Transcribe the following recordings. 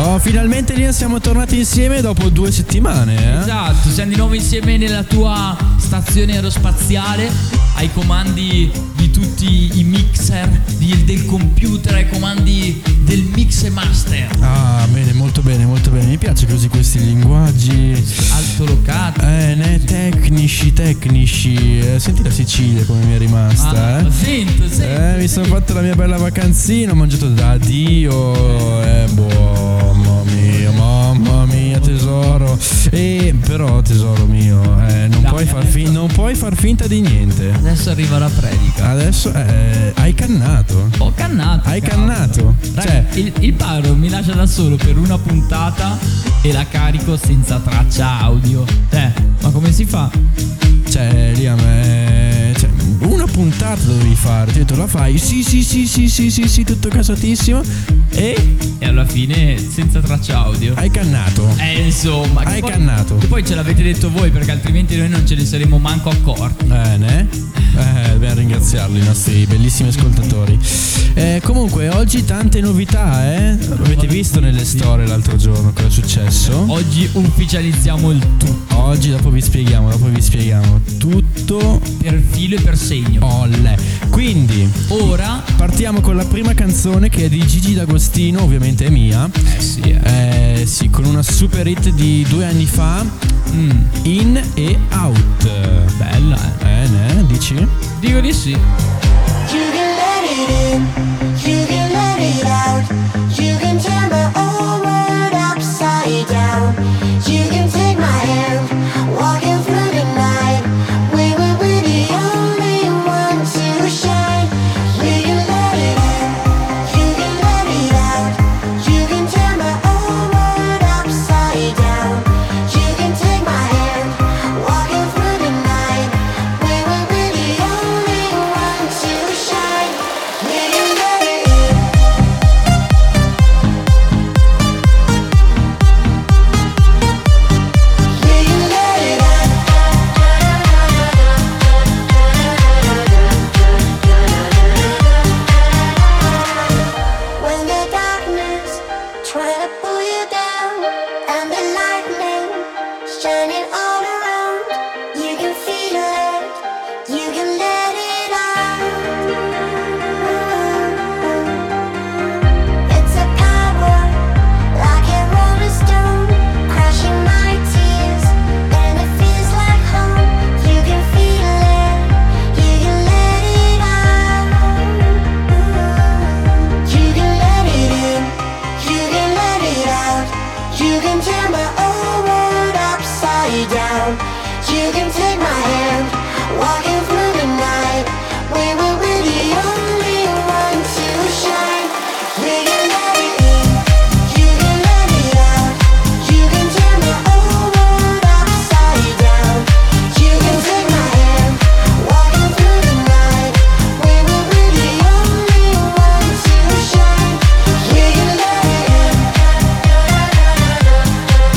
Oh, finalmente lì siamo tornati insieme dopo due settimane. Eh? Esatto, siamo di nuovo insieme nella tua stazione aerospaziale, ai comandi di tutti i mixer, di- del computer, ai comandi del mix e master. Ah, bene, molto bene, molto bene. Mi piace che usi questi linguaggi. Altolocato. Eh, ne tecnici, tecnici. Eh, senti la Sicilia come mi è rimasta, Ah, eh. Sento, sento. Eh, mi sono sento. fatta la mia bella vacanzina, ho mangiato da Dio. Eh, boh, mamma mia, mamma mia, tesoro. E però, tesoro mio, eh, non, Dai, puoi far fin- non puoi far finta di niente. Adesso arriva la predica. Adesso eh, hai cannato. Ho cannato. Hai cavolo. cannato. Raga, Cioè, il, il paro mi lascia da solo per una puntata e la carico senza traccia audio. Eh, ma come si fa? cioè, Liam, eh, cioè, una puntata dovevi fare. Ti ho detto, la fai. Sì, sì, sì, sì, sì, sì, sì, tutto casatissimo. E E alla fine senza traccia audio. hai cannato. Eh, insomma, che Hai poi- cannato. Che poi ce l'avete detto voi, perché altrimenti noi non ce ne saremmo manco accorti. Eh, ne? Eh, dobbiamo ringraziarli i nostri bellissimi ascoltatori. Eh, comunque, oggi tante novità, eh? Avete visto nelle storie l'altro giorno cosa è successo? Oggi ufficializziamo il tutto, Oggi dopo vi spieghiamo, dopo vi spieghiamo tutto. per filo e per segno. Olle. Quindi, Ora, Partiamo con la prima canzone che è di Gigi D'Agostino, ovviamente è mia. eh sì, eh. Eh, sì, con una super hit di due anni fa, Mm, In e Out. bella, eh. Eh, ne, dici? Dico di sì. You can let it in, you can let it out. You can turn my whole world upside down. You can take my hand, walking through the night. We will be the only one to shine. You can let it in, you can let it out. You can turn my whole world upside down. You can take my hand, walking through the night. We will be the only one to shine. Will you let it in? Will you let it out? When the darkness try to pull you down and the lightning shining all around, you can feel it, you can let it out. It's a power like a rolling stone, crushing my tears, and it feels like home. You can feel it, you can let it out. You can let it in, you can let it out. You can turn my whole world upside down. You can take my hand, walking through the night. We will be the only one to shine. We can let it in, you can let it out. You can turn my whole world upside down. You can take my hand, walking through the night. We will be the only one to shine. We can let it in. We can let it out.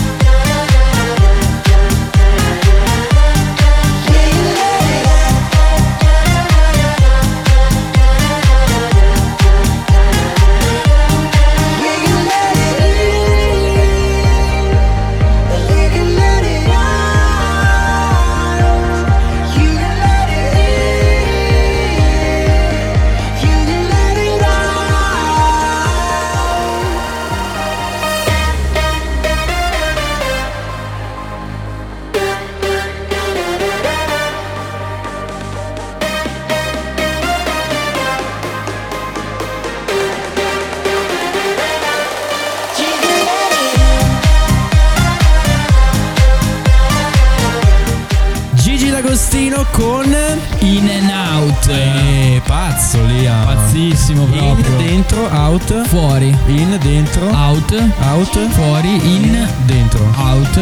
Giordano con... In and out. Eh, pazzo Liam. Pazzissimo In, proprio. dentro, out. Fuori. In, dentro, Out. out. Fuori. In. Dentro. Out.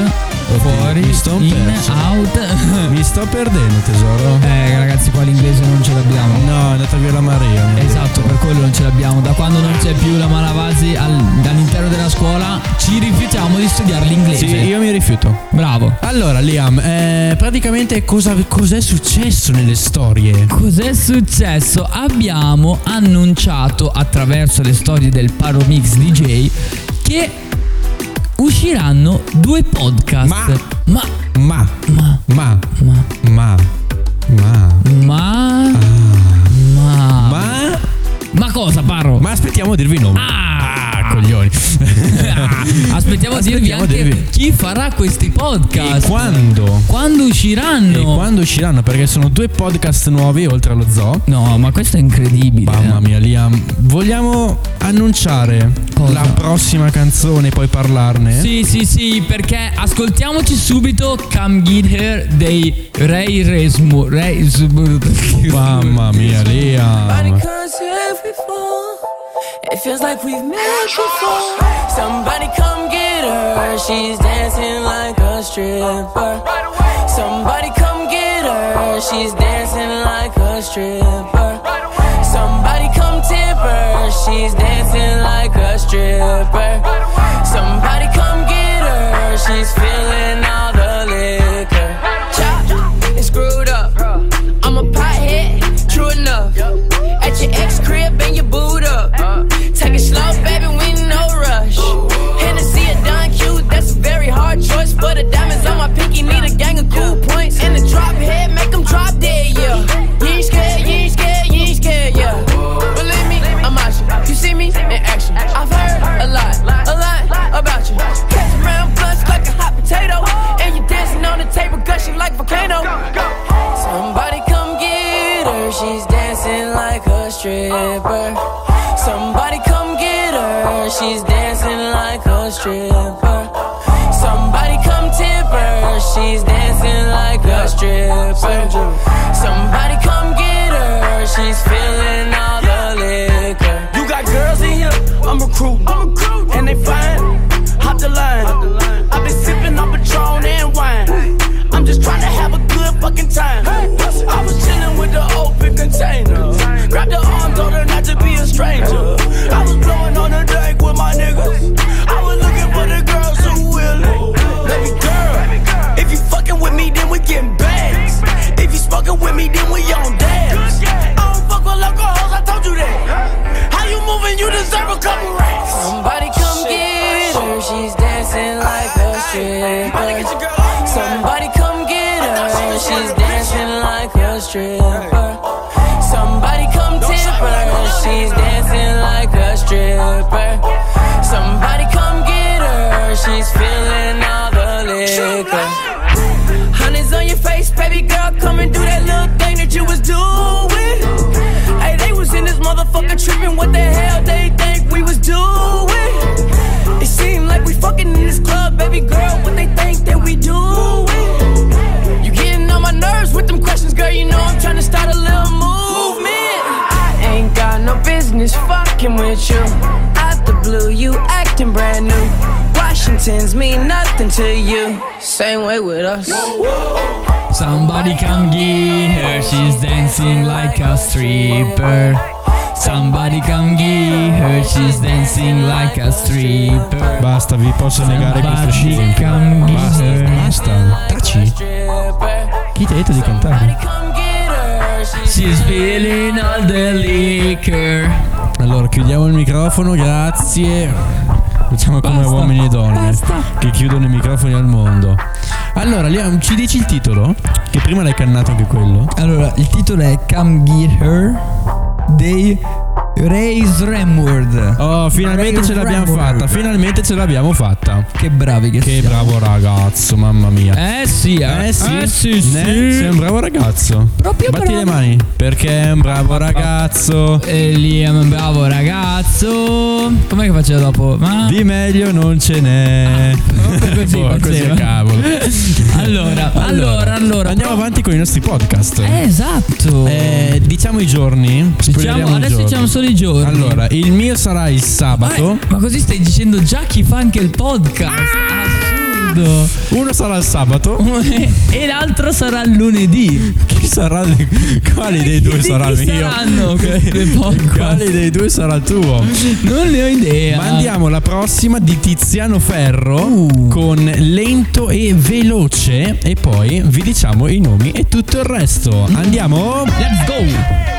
Fuori. mi sto In. perso. Out. Mi sto perdendo tesoro. Eh ragazzi qua l'inglese non ce l'abbiamo. No, è andata via la Maria. mi ha Esatto, per quello non ce l'abbiamo. Da quando non c'è più la Malavasi al- all'interno della scuola ci rifiutiamo di studiare detto. l'inglese. Sì, io mi rifiuto. Bravo. Allora, Liam, eh, praticamente cosa, cos'è successo nelle storie? Cos'è successo? Abbiamo annunciato attraverso le storie del Paromix DJ che usciranno due podcast. Ma Ma, ma ma, ma ma, ma, ma ma ma, ma, cosa Paro? ma aspettiamo a dirvi i nomi. Ah! Ah, coglioni. Aspettiamo a dirvi Aspettiamo a anche dirvi. chi farà questi podcast. E quando? Quando E usciranno? quando usciranno? Perché sono due podcast nuovi oltre allo zoo. No, ma questo è incredibile. eh. Mamma mia, Liam. Vogliamo annunciare Cosa? la prossima canzone e poi parlarne? Sì, sì, sì, perché ascoltiamoci subito Come Get Here dei Ray Resmo. Ray Mamma mia, Somebody Liam. comes here if we fall. It feels like we've met before. Somebody come get her. She's dancing like a stripper. Somebody come get her. She's dancing like a stripper. Somebody come tip her. She's dancing like a stripper. Somebody come get her. She's feeling all the liquor. Chopped and screwed up. I'm a pothead, true enough. At your ex crib and your boot up. Take it slow, baby, we no rush. Hennessy a Don Q, that's a very hard choice. For the diamonds on my pinky, need a gang of cool points. And the drop head, make them drop dead, yeah. You ain't scared, you ain't scared, you ain't scared, yeah. Believe me, I'm out You see me in action. I've heard a lot, a lot about you. Catch around blunts like a hot potato. And you dancing on the table, gushing like volcano. Somebody come get her, she's dancing like a stripper. Somebody come get her, she's dancing like a stripper. Somebody come tip her, she's dancing like a stripper. Somebody come get her, she's feeling all the liquor. You got girls in here, I'm recruiting. I'm recruiting. And they fine. Hop the line. I've been sipping on Patron and wine. I'm just trying to have a good fucking time. I was chilling with the open container. Grab the arms on her not to be a stranger. I was blowing on the dank with my niggas. I was looking for the girls who will it. Baby girl, if you fucking with me, then we getting bags. If you smoking with me, then we on dabs. I don't fuck with local hoes, I told you that. How you moving? You deserve a couple racks. Somebody come get her, she's dancing like a stripper. Somebody come get her, she's dancing like a stripper. Somebody come tip her, she's dancing like a stripper. Somebody come get her, she's feeling all the liquor. Honey's on your face, baby girl. Come and do that little thing that you was doing. Hey, they was in this motherfucker tripping. What the hell they think we was doing? It seemed like we fucking in this club, baby girl. What they think that we doing? You getting on my nerves with them questions, girl. You know I'm trying to start a little movement. I ain't got no business fucking with you. Out the blue, you acting brand new. Washingtons mean nothing to you. Same way with us. Somebody come get her, she's dancing like a stripper. Somebody come get her, she's dancing like a stripper. Basta, vi posso negare questo Somebody scempio. come get Basta, her. basta. Taci. Chi ti ha detto di cantare? She's feeling all the liquor. Allora, chiudiamo il microfono, grazie. Facciamo come uomini e donne che chiudono i microfoni al mondo. Allora, Liam, ci dici il titolo? Che prima l'hai cannato anche quello. Allora, il titolo è Come Get Her dei Ray Sremward. Oh, finalmente ce l'abbiamo fatta, finalmente ce l'abbiamo fatta. Che bravi che, Che siamo. bravo ragazzo, mamma mia. Eh sì, eh, eh sì, sì. Ne- sei un bravo ragazzo. Proprio Batti bravo. le mani. Perché è un bravo ragazzo. E lì è un Eh, bravo ragazzo. Com'è che faceva dopo? Ma Di meglio non ce n'è. Proprio Ah, così Boh, così faceva. cavolo. Allora, allora, allora. Andiamo avanti con i nostri podcast. Eh, esatto. Eh, diciamo i giorni. spoileriamo diciamo, i adesso giorni. diciamo solo i giorni. Allora, il mio sarà il sabato. Eh, ma così stai dicendo già chi fa anche il podcast? Ah! Assurdo. Uno sarà il sabato. e l'altro sarà il lunedì. Chi sarà? Quali dei due Di sarà il chi mio? saranno questi due podcast? Quale dei due sarà il tuo? Non ne ho idea. Mandiamo la prossima di Tiziano Ferro con lento e veloce e poi vi diciamo i nomi e tutto il resto. Andiamo? Let's go.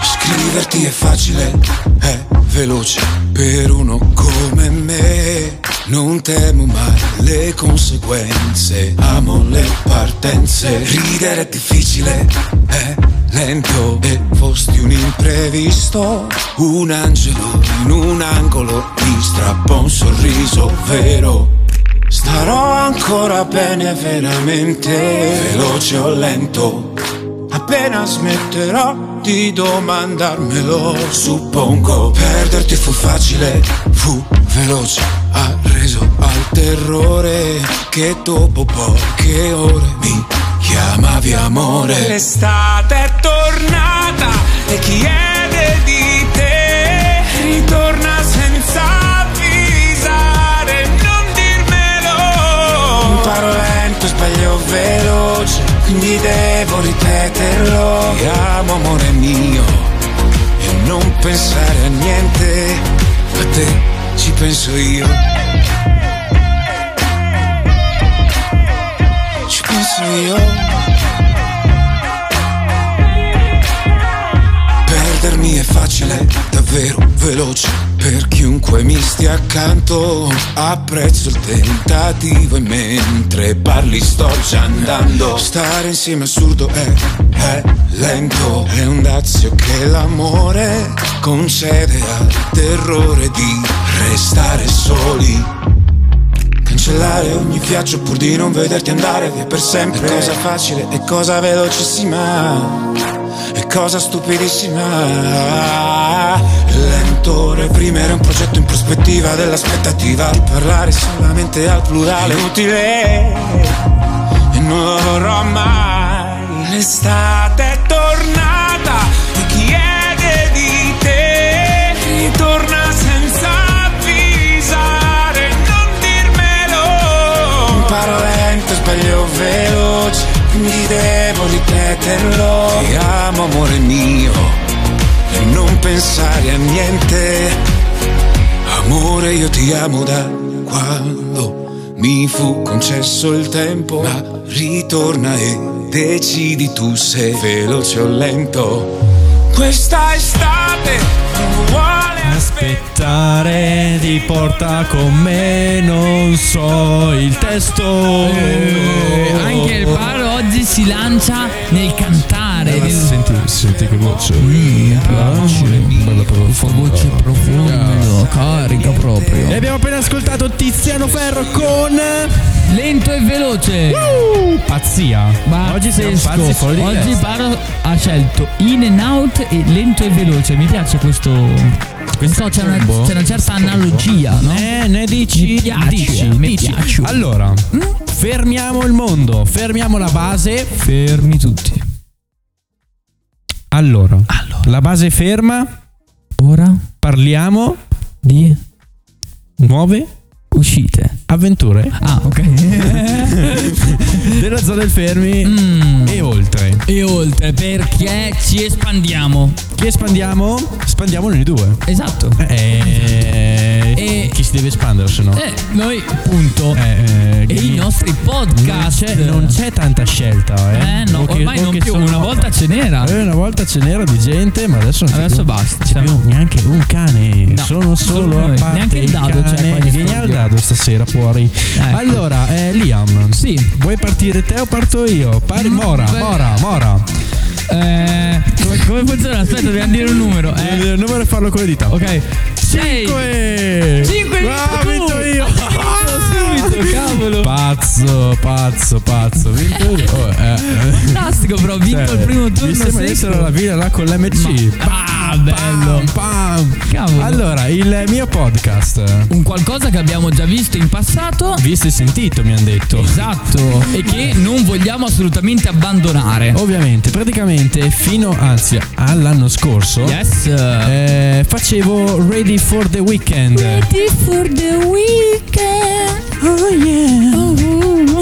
Scriverti è facile, è veloce per uno come me. Non temo mai le conseguenze, amo le partenze. Ridere è difficile, è lento e fosti un imprevisto. Un angelo in un angolo mi strappa un sorriso vero. Starò ancora bene veramente, veloce o lento. Appena smetterò di domandarmelo, suppongo perderti fu facile, fu veloce, ha reso al terrore che dopo poche ore mi chiamavi amore. L'estate è tornata e chiede di te. Ritorna senza avvisare, non dirmelo. Imparo lento, sbaglio veloce, quindi devo ripeterlo. Ti amo amore mio e non pensare a niente, a te ci penso io. Ci penso io. Perdermi è facile, davvero veloce. Per chiunque mi stia accanto, apprezzo il tentativo e mentre parli sto già andando. Stare insieme è assurdo è, è lento, è un dazio che l'amore concede al terrore di restare soli. Cancellare ogni viaggio pur di non vederti andare via per sempre È cosa facile, è cosa velocissima È cosa stupidissima Lento reprimere un progetto in prospettiva dell'aspettativa Di parlare solamente al plurale Inutile E non lo vorrò mai. L'estate è tornata e chiede di te. Ritorna senza avvisare, non dirmelo. Imparo lento, sbaglio veloce Quindi devo ripeterlo Ti amo amore mio E non pensare a niente Amore, io ti amo da quando mi fu concesso il tempo, ma ritorna e decidi tu se veloce o lento. Questa estate non vuole aspettare. Aspettare di porta con me, non so il testo. Eh, Eh, Anche il paro oggi si lancia nel cantare. Nel... Senti, senti che voce. Ah, Bella profonda. Voce profonda, carica E proprio. abbiamo appena ascoltato Tiziano Ferro con Lento e veloce. Pazzia. Ma Oggi sei un pazzo fuori di Oggi testa. Paro ha scelto in and out e lento e veloce. Mi piace questo. non so, c'è, una, combo? c'è una certa analogia, no? Eh, ne dici? Mi piace, dici, mi dici. piace. Allora, fermiamo il mondo, fermiamo la base. Fermi tutti. Allora, la base ferma, Ora parliamo di nuove uscite. avventure Ah, ok. della zona del fermi e oltre. e oltre, perché ci espandiamo. Che espandiamo? Espandiamo noi due. Esatto. Eh, E- chi si deve espandere se no? Eh, noi, punto. Eh, eh, e i chi- nostri podcast. c'è- non c'è tanta scelta, eh. Eh no, O che- ormai o non che più. sono- Una volta ce n'era. Eh, una volta ce n'era di gente, ma adesso non c'è più. Adesso basta, C'è siamo- più neanche un cane. No, sono solo solo a noi. parte Neanche il dado c'è cane. qua in Vieni studio. al dado stasera fuori. Ecco. Allora, eh, Liam. Sì. Mm, Vuoi partire te o parto io? Pari- Mora, beh. Mora, Mora. Eh, come, come funziona? Aspetta, dobbiamo dire un numero. Devi Eh, dire Il numero e farlo con le dita. ok. 6 Cinque. 5 Ah, vinto io. Ah. Subito, cavolo. Pazzo, pazzo, pazzo. Vinto io. Oh, eh. Fantastico, però. Ho vinto Cioè, il primo Mi turno. sembra di essere secco. alla villa là con l'MC. Ah, bello. Pam, Cavolo. Allora, il mio podcast. Un qualcosa che abbiamo già visto in passato. Visto e sentito, mi hanno detto. Esatto, e che non vogliamo assolutamente abbandonare. Oh. Ovviamente, praticamente fino anzi all'anno scorso Yes. eh, facevo Ready for the Weekend. Ready for the weekend. Oh yeah.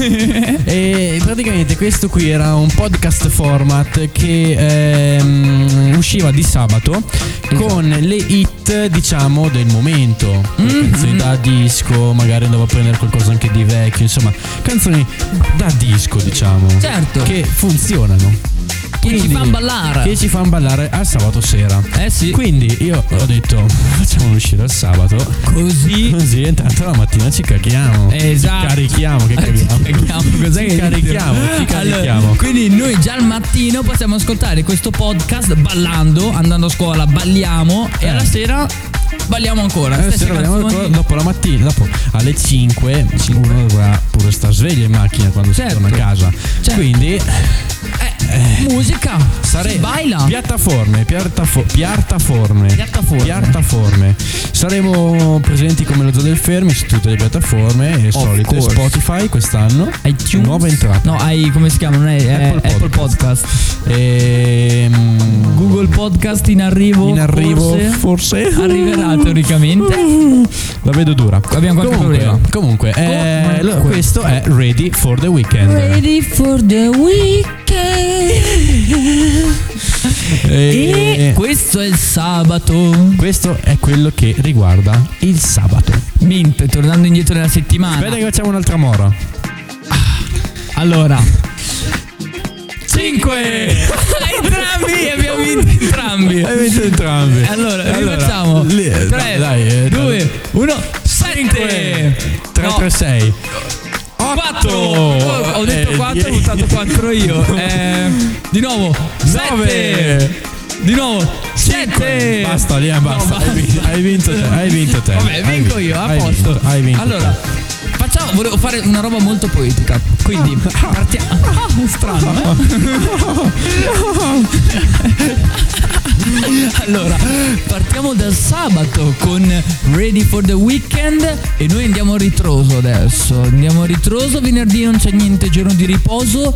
Uè. e praticamente questo qui era un podcast format che ehm, usciva di sabato con Esatto. le hit diciamo del momento Mm-hmm. canzoni da disco magari andavo a prendere qualcosa anche di vecchio insomma canzoni da disco diciamo Certo. che funzionano Che ci Quindi- fan ballare. che ci fanno ballare al sabato sera Eh sì. quindi io ho detto facciamolo uscire al sabato Così. Così intanto la mattina ci cacchiamo Esatto. Ci carichiamo che carichiamo Carichiamo, cos'è Ci che carichiamo Ci Allora, carichiamo quindi noi già al mattino possiamo ascoltare questo podcast ballando, andando a scuola, balliamo e alla sera balliamo ancora. Eh, Stesse se la vediamo canzoni. ancora dopo la mattina, dopo alle 5, uno dovrà pure star sveglio in macchina quando Certo. si torna a casa. Certo. Quindi Eh, musica. sarei Si baila. piattaforme, piattafo- piattaforme, Piattaforme. piattaforme. Saremo presenti come lo zoo del fermi su tutte le piattaforme e solite course. Spotify quest'anno. iTunes. Nuova entrata. No, hai come si chiama? Non è, è Apple Apple Podcast. Ehm, Google Podcast in arrivo. in arrivo forse. forse, Arriverà teoricamente. La vedo dura. Abbiamo qualche comunque, problema. Comunque, eh, Comunque. lo- questo è Ready for the Weekend. Ready for the weekend. E E questo è il sabato. Eh, questo è quello che riguarda il sabato. Mint, tornando indietro nella settimana. Aspetta che facciamo un'altra mora. Allora. 5! entrambi abbiamo vinto entrambi. Hai vinto entrambi. Allora, rifacciamo. lì, eh, 3, dai, eh, 2, 1, 7! 3, 3, 6. 4! otto. Ho detto Eh, 4, ho die- buttato 4 io. Eh, di nuovo, 7! Di nuovo, 7! Basta, lì eh, basta. basta. hai, vinto, hai vinto te. Hai vinto te. Vabbè, Hai vinco vinto, io, a hai posto. vinto, hai vinto allora, te. facciamo, volevo fare una roba molto poetica. Quindi, partiamo. Ah, strano, eh? allora, partiamo dal sabato con Ready for the Weekend e noi andiamo a ritroso adesso. Andiamo a ritroso, venerdì non c'è niente, giorno di riposo.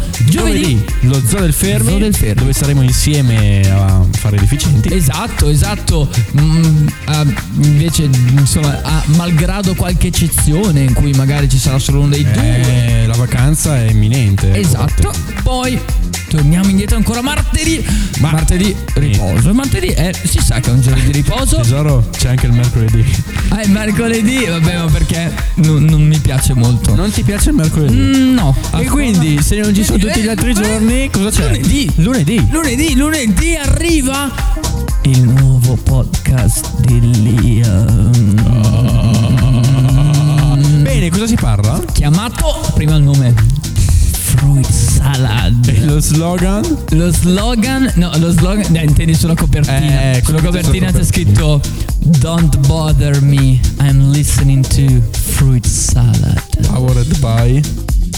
Giovedì, Giovedì. lo zoo del fermi, Zoo del Fermi. dove saremo insieme a fare i deficienti. Esatto, esatto. Mm, ah, invece, insomma, ah, malgrado qualche eccezione in cui magari ci sarà solo uno dei due. Eh, la vacanza è imminente. Esatto. Poi torniamo indietro ancora martedì. martedì riposo. Martedì eh, si sa che è un giorno di riposo. Tesoro, c'è anche il mercoledì. Ah, è mercoledì, vabbè, ma perché non, non mi piace molto. Non ti piace il mercoledì? Mm, no. E quindi, se non ci sono tutti gli altri giorni, cosa c'è? Lunedì. Mm. Lunedì. Lunedì, lunedì arriva il nuovo podcast di Liam. Bene, cosa si parla? Chiamato prima il nome. Fruit Salad. Lo slogan? Lo slogan, no, lo slogan, dai, intendi sulla copertina. Eh, sulla sulla copertina c'è copertina. scritto Don't bother me, I'm listening to Fruit Salad. Powered by.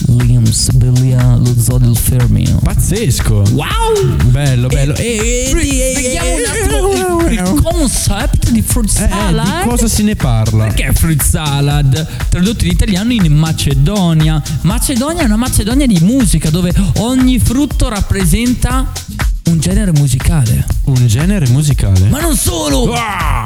Liam Sibilia, lo zoo del Fermio. Pazzesco. Wow! Bello, bello. E, Fruit- Vediamo un attimo il, il concept di Fruit Salad. Eh, di cosa si ne parla? Perché fruit salad? Tradotto in italiano in Macedonia. Macedonia è una Macedonia di musica dove ogni frutto rappresenta un genere musicale. Un genere musicale. Ma non solo!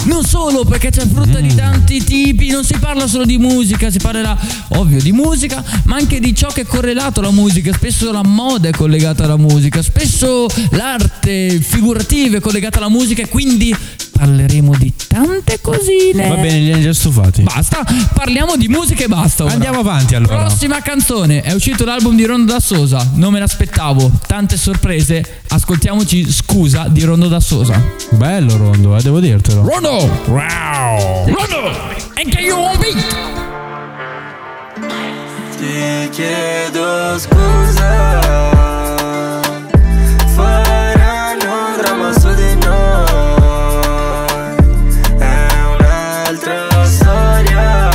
Non solo perché c'è frutta di tanti tipi, non si parla solo di musica, si parlerà ovvio di musica, ma anche di ciò che è correlato alla musica. Spesso la moda è collegata alla musica, spesso l'arte figurativa è collegata alla musica e quindi parleremo di tante cosine. Va bene, li hanno già stufati. Basta, parliamo di musica e basta. ora. Andiamo avanti allora. Prossima canzone, è uscito l'album di Rondo da Sosa, non me l'aspettavo, tante sorprese, ascoltiamoci Scusa di Rondo da Sosa. Bello Rondo, eh, devo dirtelo. Rondo! Wow! Rondo! And can you on beat? Ti chiedo scusa Faranno un dramma su di noi È un'altra storia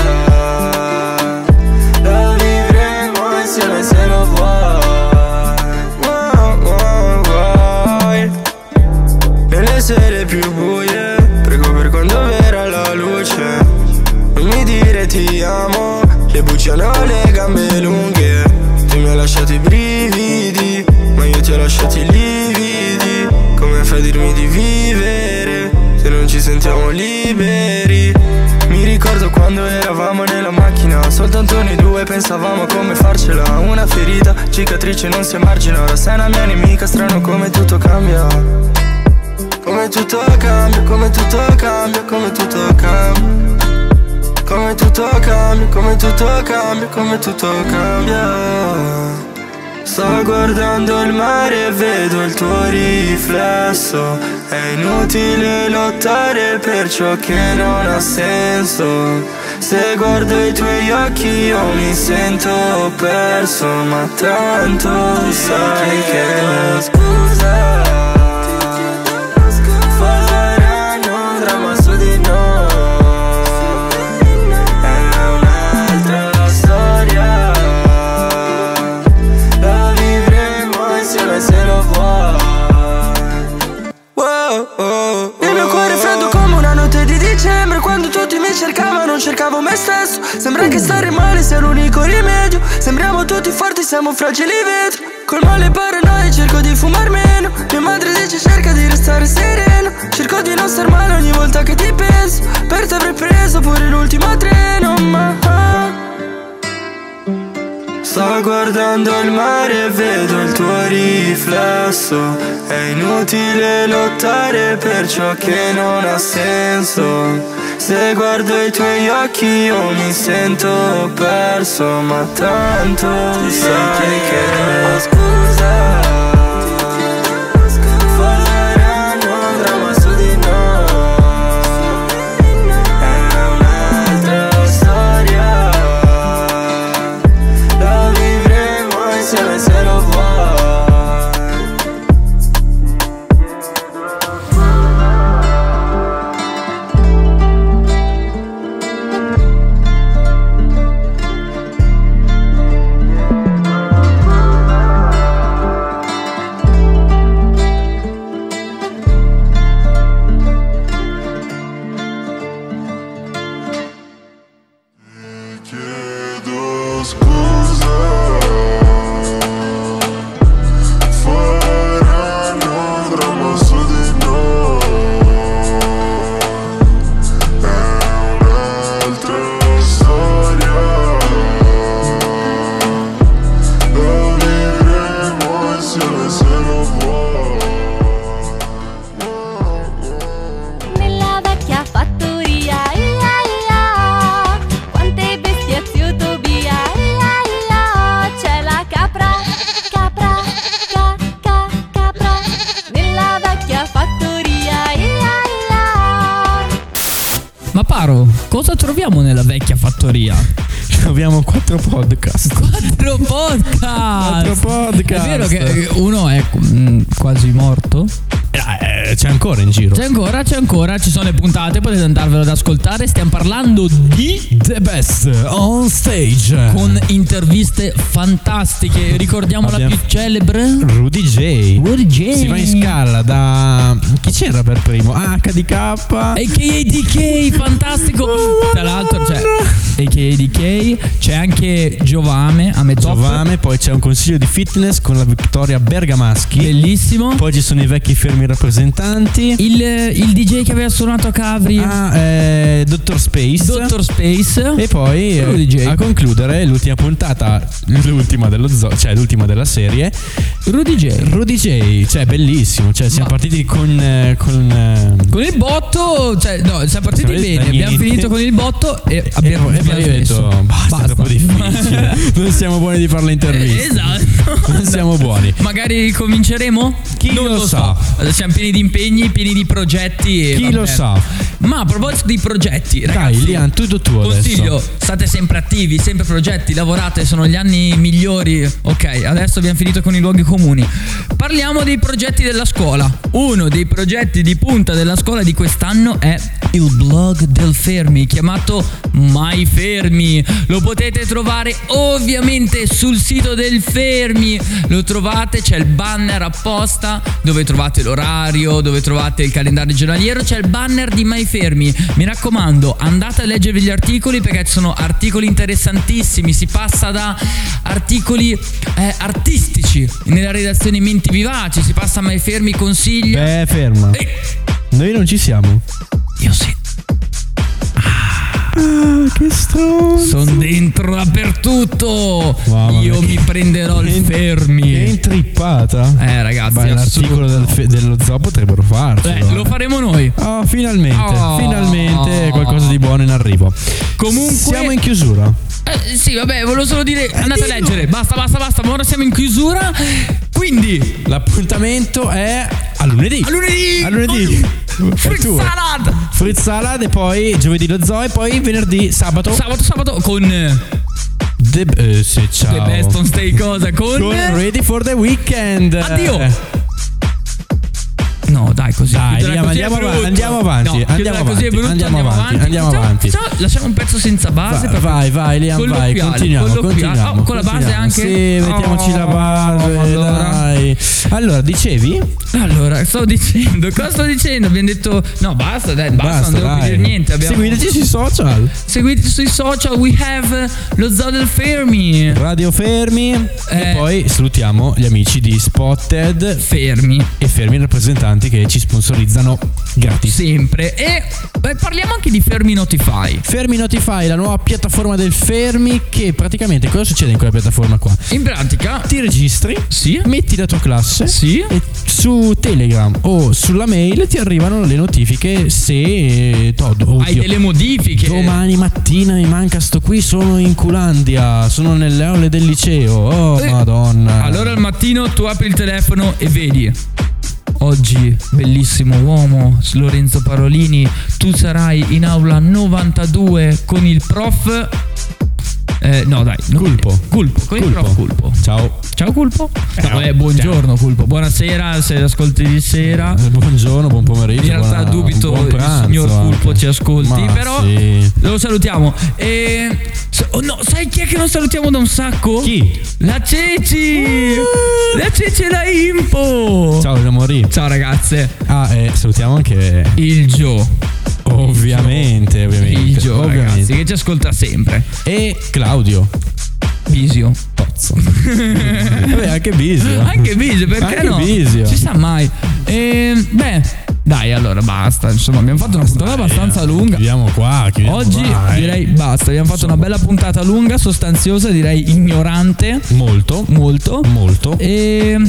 La vivremo insieme se lo vuoi Vuoi, vuoi, vuoi Nelle sere più buie ti amo Le bucce hanno le gambe lunghe Tu mi hai lasciato i brividi Ma io ti ho lasciato i lividi Come fai a dirmi di vivere Se non ci sentiamo liberi Mi ricordo quando eravamo nella macchina Soltanto noi due pensavamo come farcela Una ferita, cicatrice non si emargina Ora sei una mia nemica, strano come tutto cambia come tutto cambia, come tutto cambia, come tutto cambia Come tutto cambia, come tutto cambia, come tutto cambia Sto guardando il mare e vedo il tuo riflesso È inutile lottare per ciò che non ha senso Se guardo i tuoi occhi io mi sento perso Ma tanto sai che scusa Faranno un dramma su di noi È un'altra storia La vivremo insieme se lo vuoi Il mio cuore è freddo come una notte di dicembre Quando tutti mi cercavano cercavo me stesso Sembra che stare male sia l'unico rimedio Sembriamo tutti forti siamo fragili vetro Col male paranoia cerco di fumar meno Mia madre dice cerca di restare sereno Cerco di non star male ogni volta che ti penso Per te avrei preso pure l'ultimo treno ma Sto guardando il mare e vedo il tuo riflesso È inutile lottare per ciò che non ha senso Se guardo i tuoi occhi io mi sento perso Ma tanto sai che scusa Faranno un dramma su di noi È un'altra storia la vivremo insieme se lo vuoi Chiedo scusa Faranno un dramma su di noi È un'altra storia La vivremo insieme se lo vuoi Nella vecchia fattoria, ia ia Quante bestie ha zio Tobia, ia ia C'è la capra, capra, ca, ca, capra Nella vecchia fattoria, ia ia Ma Paro, cosa troviamo nella vecchia fattoria? Abbiamo quattro podcast. Quattro podcast! Quattro podcast. È vero che eh, uno è mm, quasi morto? Eh, c'è ancora in giro. C'è ancora, c'è ancora, ci sono le puntate, potete andarvelo ad ascoltare. Stiamo parlando di The best on stage. con interviste fantastiche. Ricordiamo la Abbiamo- più celebre Rudy J. Rudy J. Si va in scala da. Chi c'era per primo? HDK. AKA DK, fantastico. Oh, Tra l'altro, cioè, c'è AKA DK, c'è anche Giovame a mezz'off. Giovame, poi c'è un consiglio di fitness con la Vittoria Bergamaschi. bellissimo. Poi ci sono i vecchi fermi rappresentanti. Il, il DJ che aveva suonato a Cavri, Ah, eh, Dottor Space. Dr. Space. E poi eh, Rudy J. a concludere l'ultima puntata, l'ultima dello zoo, cioè l'ultima della serie, Rudy J. Rudy J, cioè bellissimo, cioè siamo Ma- partiti con, eh, con, eh, Con il botto, cioè, no, siamo partiti Siamo bene. stati Abbiamo niente. finito con il botto e e- abbiamo, e poi abbiamo io ho detto, smesso. basta, Eh, è troppo difficile, non siamo buoni di fare le interviste, Esatto. non siamo buoni. Magari cominceremo? Chi non lo lo sa? so. Siamo pieni di impegni, pieni di progetti. E Chi lo vabbè. sa? Ma a proposito di progetti, Dai, ragazzi, Lian, tutto tuo Consiglio, adesso. state sempre attivi, sempre progetti, lavorate, sono gli anni migliori. Ok, adesso abbiamo finito con i luoghi comuni. Parliamo dei progetti della scuola. Uno dei progetti di punta della scuola di quest'anno è il blog del Fermi, chiamato My Fermi. Lo potete trovare ovviamente sul sito del Fermi. Lo trovate, c'è il banner apposta dove trovate l'orario, dove trovate il calendario giornaliero, c'è il banner di Mai Fermi. Mi raccomando, andate a leggervi gli articoli perché ci sono articoli interessantissimi. Si passa da articoli eh, artistici nella redazione Menti Vivaci, si passa a Mai Fermi consigli. Beh, ferma. Noi non ci siamo. Io sì. che stronzo. Sono dentro dappertutto. Mamma Io mia, mi prenderò il È fermi. intrippata. Eh, ragazzi, Ma l'articolo assurdo. del fe- dello zoo potrebbero farlo. Eh, lo faremo noi. Oh, finalmente, Oh. finalmente qualcosa di buono in arrivo. Comunque- siamo in chiusura. Eh, sì, vabbè, volevo solo dire. Andate a leggere. Basta, basta, basta. Ma ora siamo in chiusura. Quindi, L'appuntamento è a lunedì. a lunedì. A lunedì. Fruit È tuo. salad. Fruit salad e poi giovedì lo zoo e poi venerdì sabato. Sabato, sabato con eh, The, eh, sì, ciao. The Best on Stay Cosa. Con. Con Ready for the Weekend. Addio. Ah, Eh, No, dai, così. Dai, Chiuderà andiamo- così è andiamo avanti, brutto. andiamo avanti, No, chiuderà andiamo così è avanti, brutto, andiamo avanti, andiamo Facciamo- avanti. facciamo- lasciamo un pezzo senza base. Vai, per- vai, vai, Liam, vai, Colloquiale, continuiamo, colloquiale. continuiamo. Oh, con la base continuiamo. anche? Sì, mettiamoci la base, Oh, allora. dai. Allora, dicevi? Allora, sto dicendo, cosa sto dicendo? Abbiamo detto, no, basta, dai, basta, non devo dai. più dire niente. Abbiamo... Seguiteci sui social. Seguiteci sui social, we have lo zoo del Fermi. Radio Fermi. E Eh. poi salutiamo gli amici di Spotted Fermi, e Fermi rappresentanti che ci sponsorizzano gratis. sempre. E beh, parliamo anche di Fermi Notify. Fermi Notify, la nuova piattaforma del Fermi che praticamente cosa succede in quella piattaforma qua? In pratica, Ti registri, sì, metti la tua classe sì, e su Telegram o sulla mail ti arrivano le notifiche se Todd, hai oddio, delle modifiche. Domani mattina mi manca sto qui, sono in Culandia, sono nelle aule del liceo. Oh Eh, madonna. Allora al mattino tu apri il telefono e vedi. Oggi, bellissimo uomo, Lorenzo Parolini, tu sarai in aula 92 con il prof... Eh, no dai, no. Culpo. Culpo, con il Culpo. prof Culpo. Ciao. Ciao Culpo. No, eh, buongiorno Culpo, buonasera se ascolti di sera. Eh, Buongiorno, buon pomeriggio. In realtà buona- dubito buon il pranzo signor anche. Culpo ci ascolti, eh. Ma però sì. lo salutiamo. E sa- oh no, sai chi è che non salutiamo da un sacco? Chi? La Ceci! La Ceci e la Impo! Ciao, Elena Morì. Ciao, ragazze. Ah, eh, salutiamo anche Il Gio. ovviamente, Il ovviamente. Gio, ovviamente. ragazzi, che ci ascolta sempre. E Claudio Visio. Pozzo. Vabbè, anche Bisio. Anche Visio, perché Anche no? Visio. Ci sa mai. Ehm, beh. Dai, allora basta. Insomma, abbiamo fatto una puntata abbastanza lunga. Chiudiamo qua, chiudiamo Oggi qua, eh. direi basta, abbiamo fatto una bella puntata lunga, sostanziosa, direi ignorante molto, molto. molto. E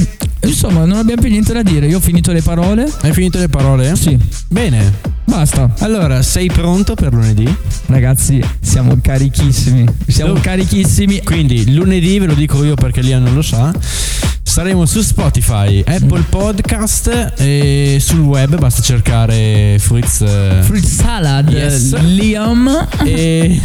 insomma, non abbiamo più niente da dire. Io ho finito le parole. Hai finito le parole? Sì, Bene. basta. Allora, sei pronto per lunedì? Ragazzi, siamo carichissimi. Siamo Dove- carichissimi. Quindi lunedì ve lo dico io perché Lia non lo sa. Saremo su Spotify, Apple Podcast e sul web basta cercare Fruits eh, Fruit salad, Yes. Liam. e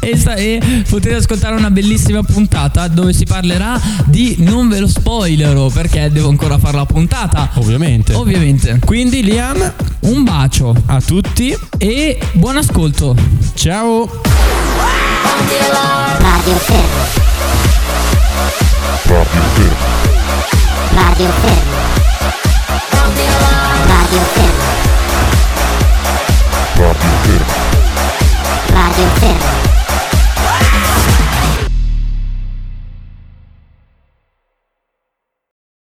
e, sta- e potete ascoltare una bellissima puntata dove si parlerà di non ve lo spoilero perché devo ancora fare la puntata. ovviamente. Ovviamente. Quindi Liam Un bacio a tutti, e buon ascolto. ciao. Radio Fermo. Radio Fermo. Radio Fermo. Radio Fermo.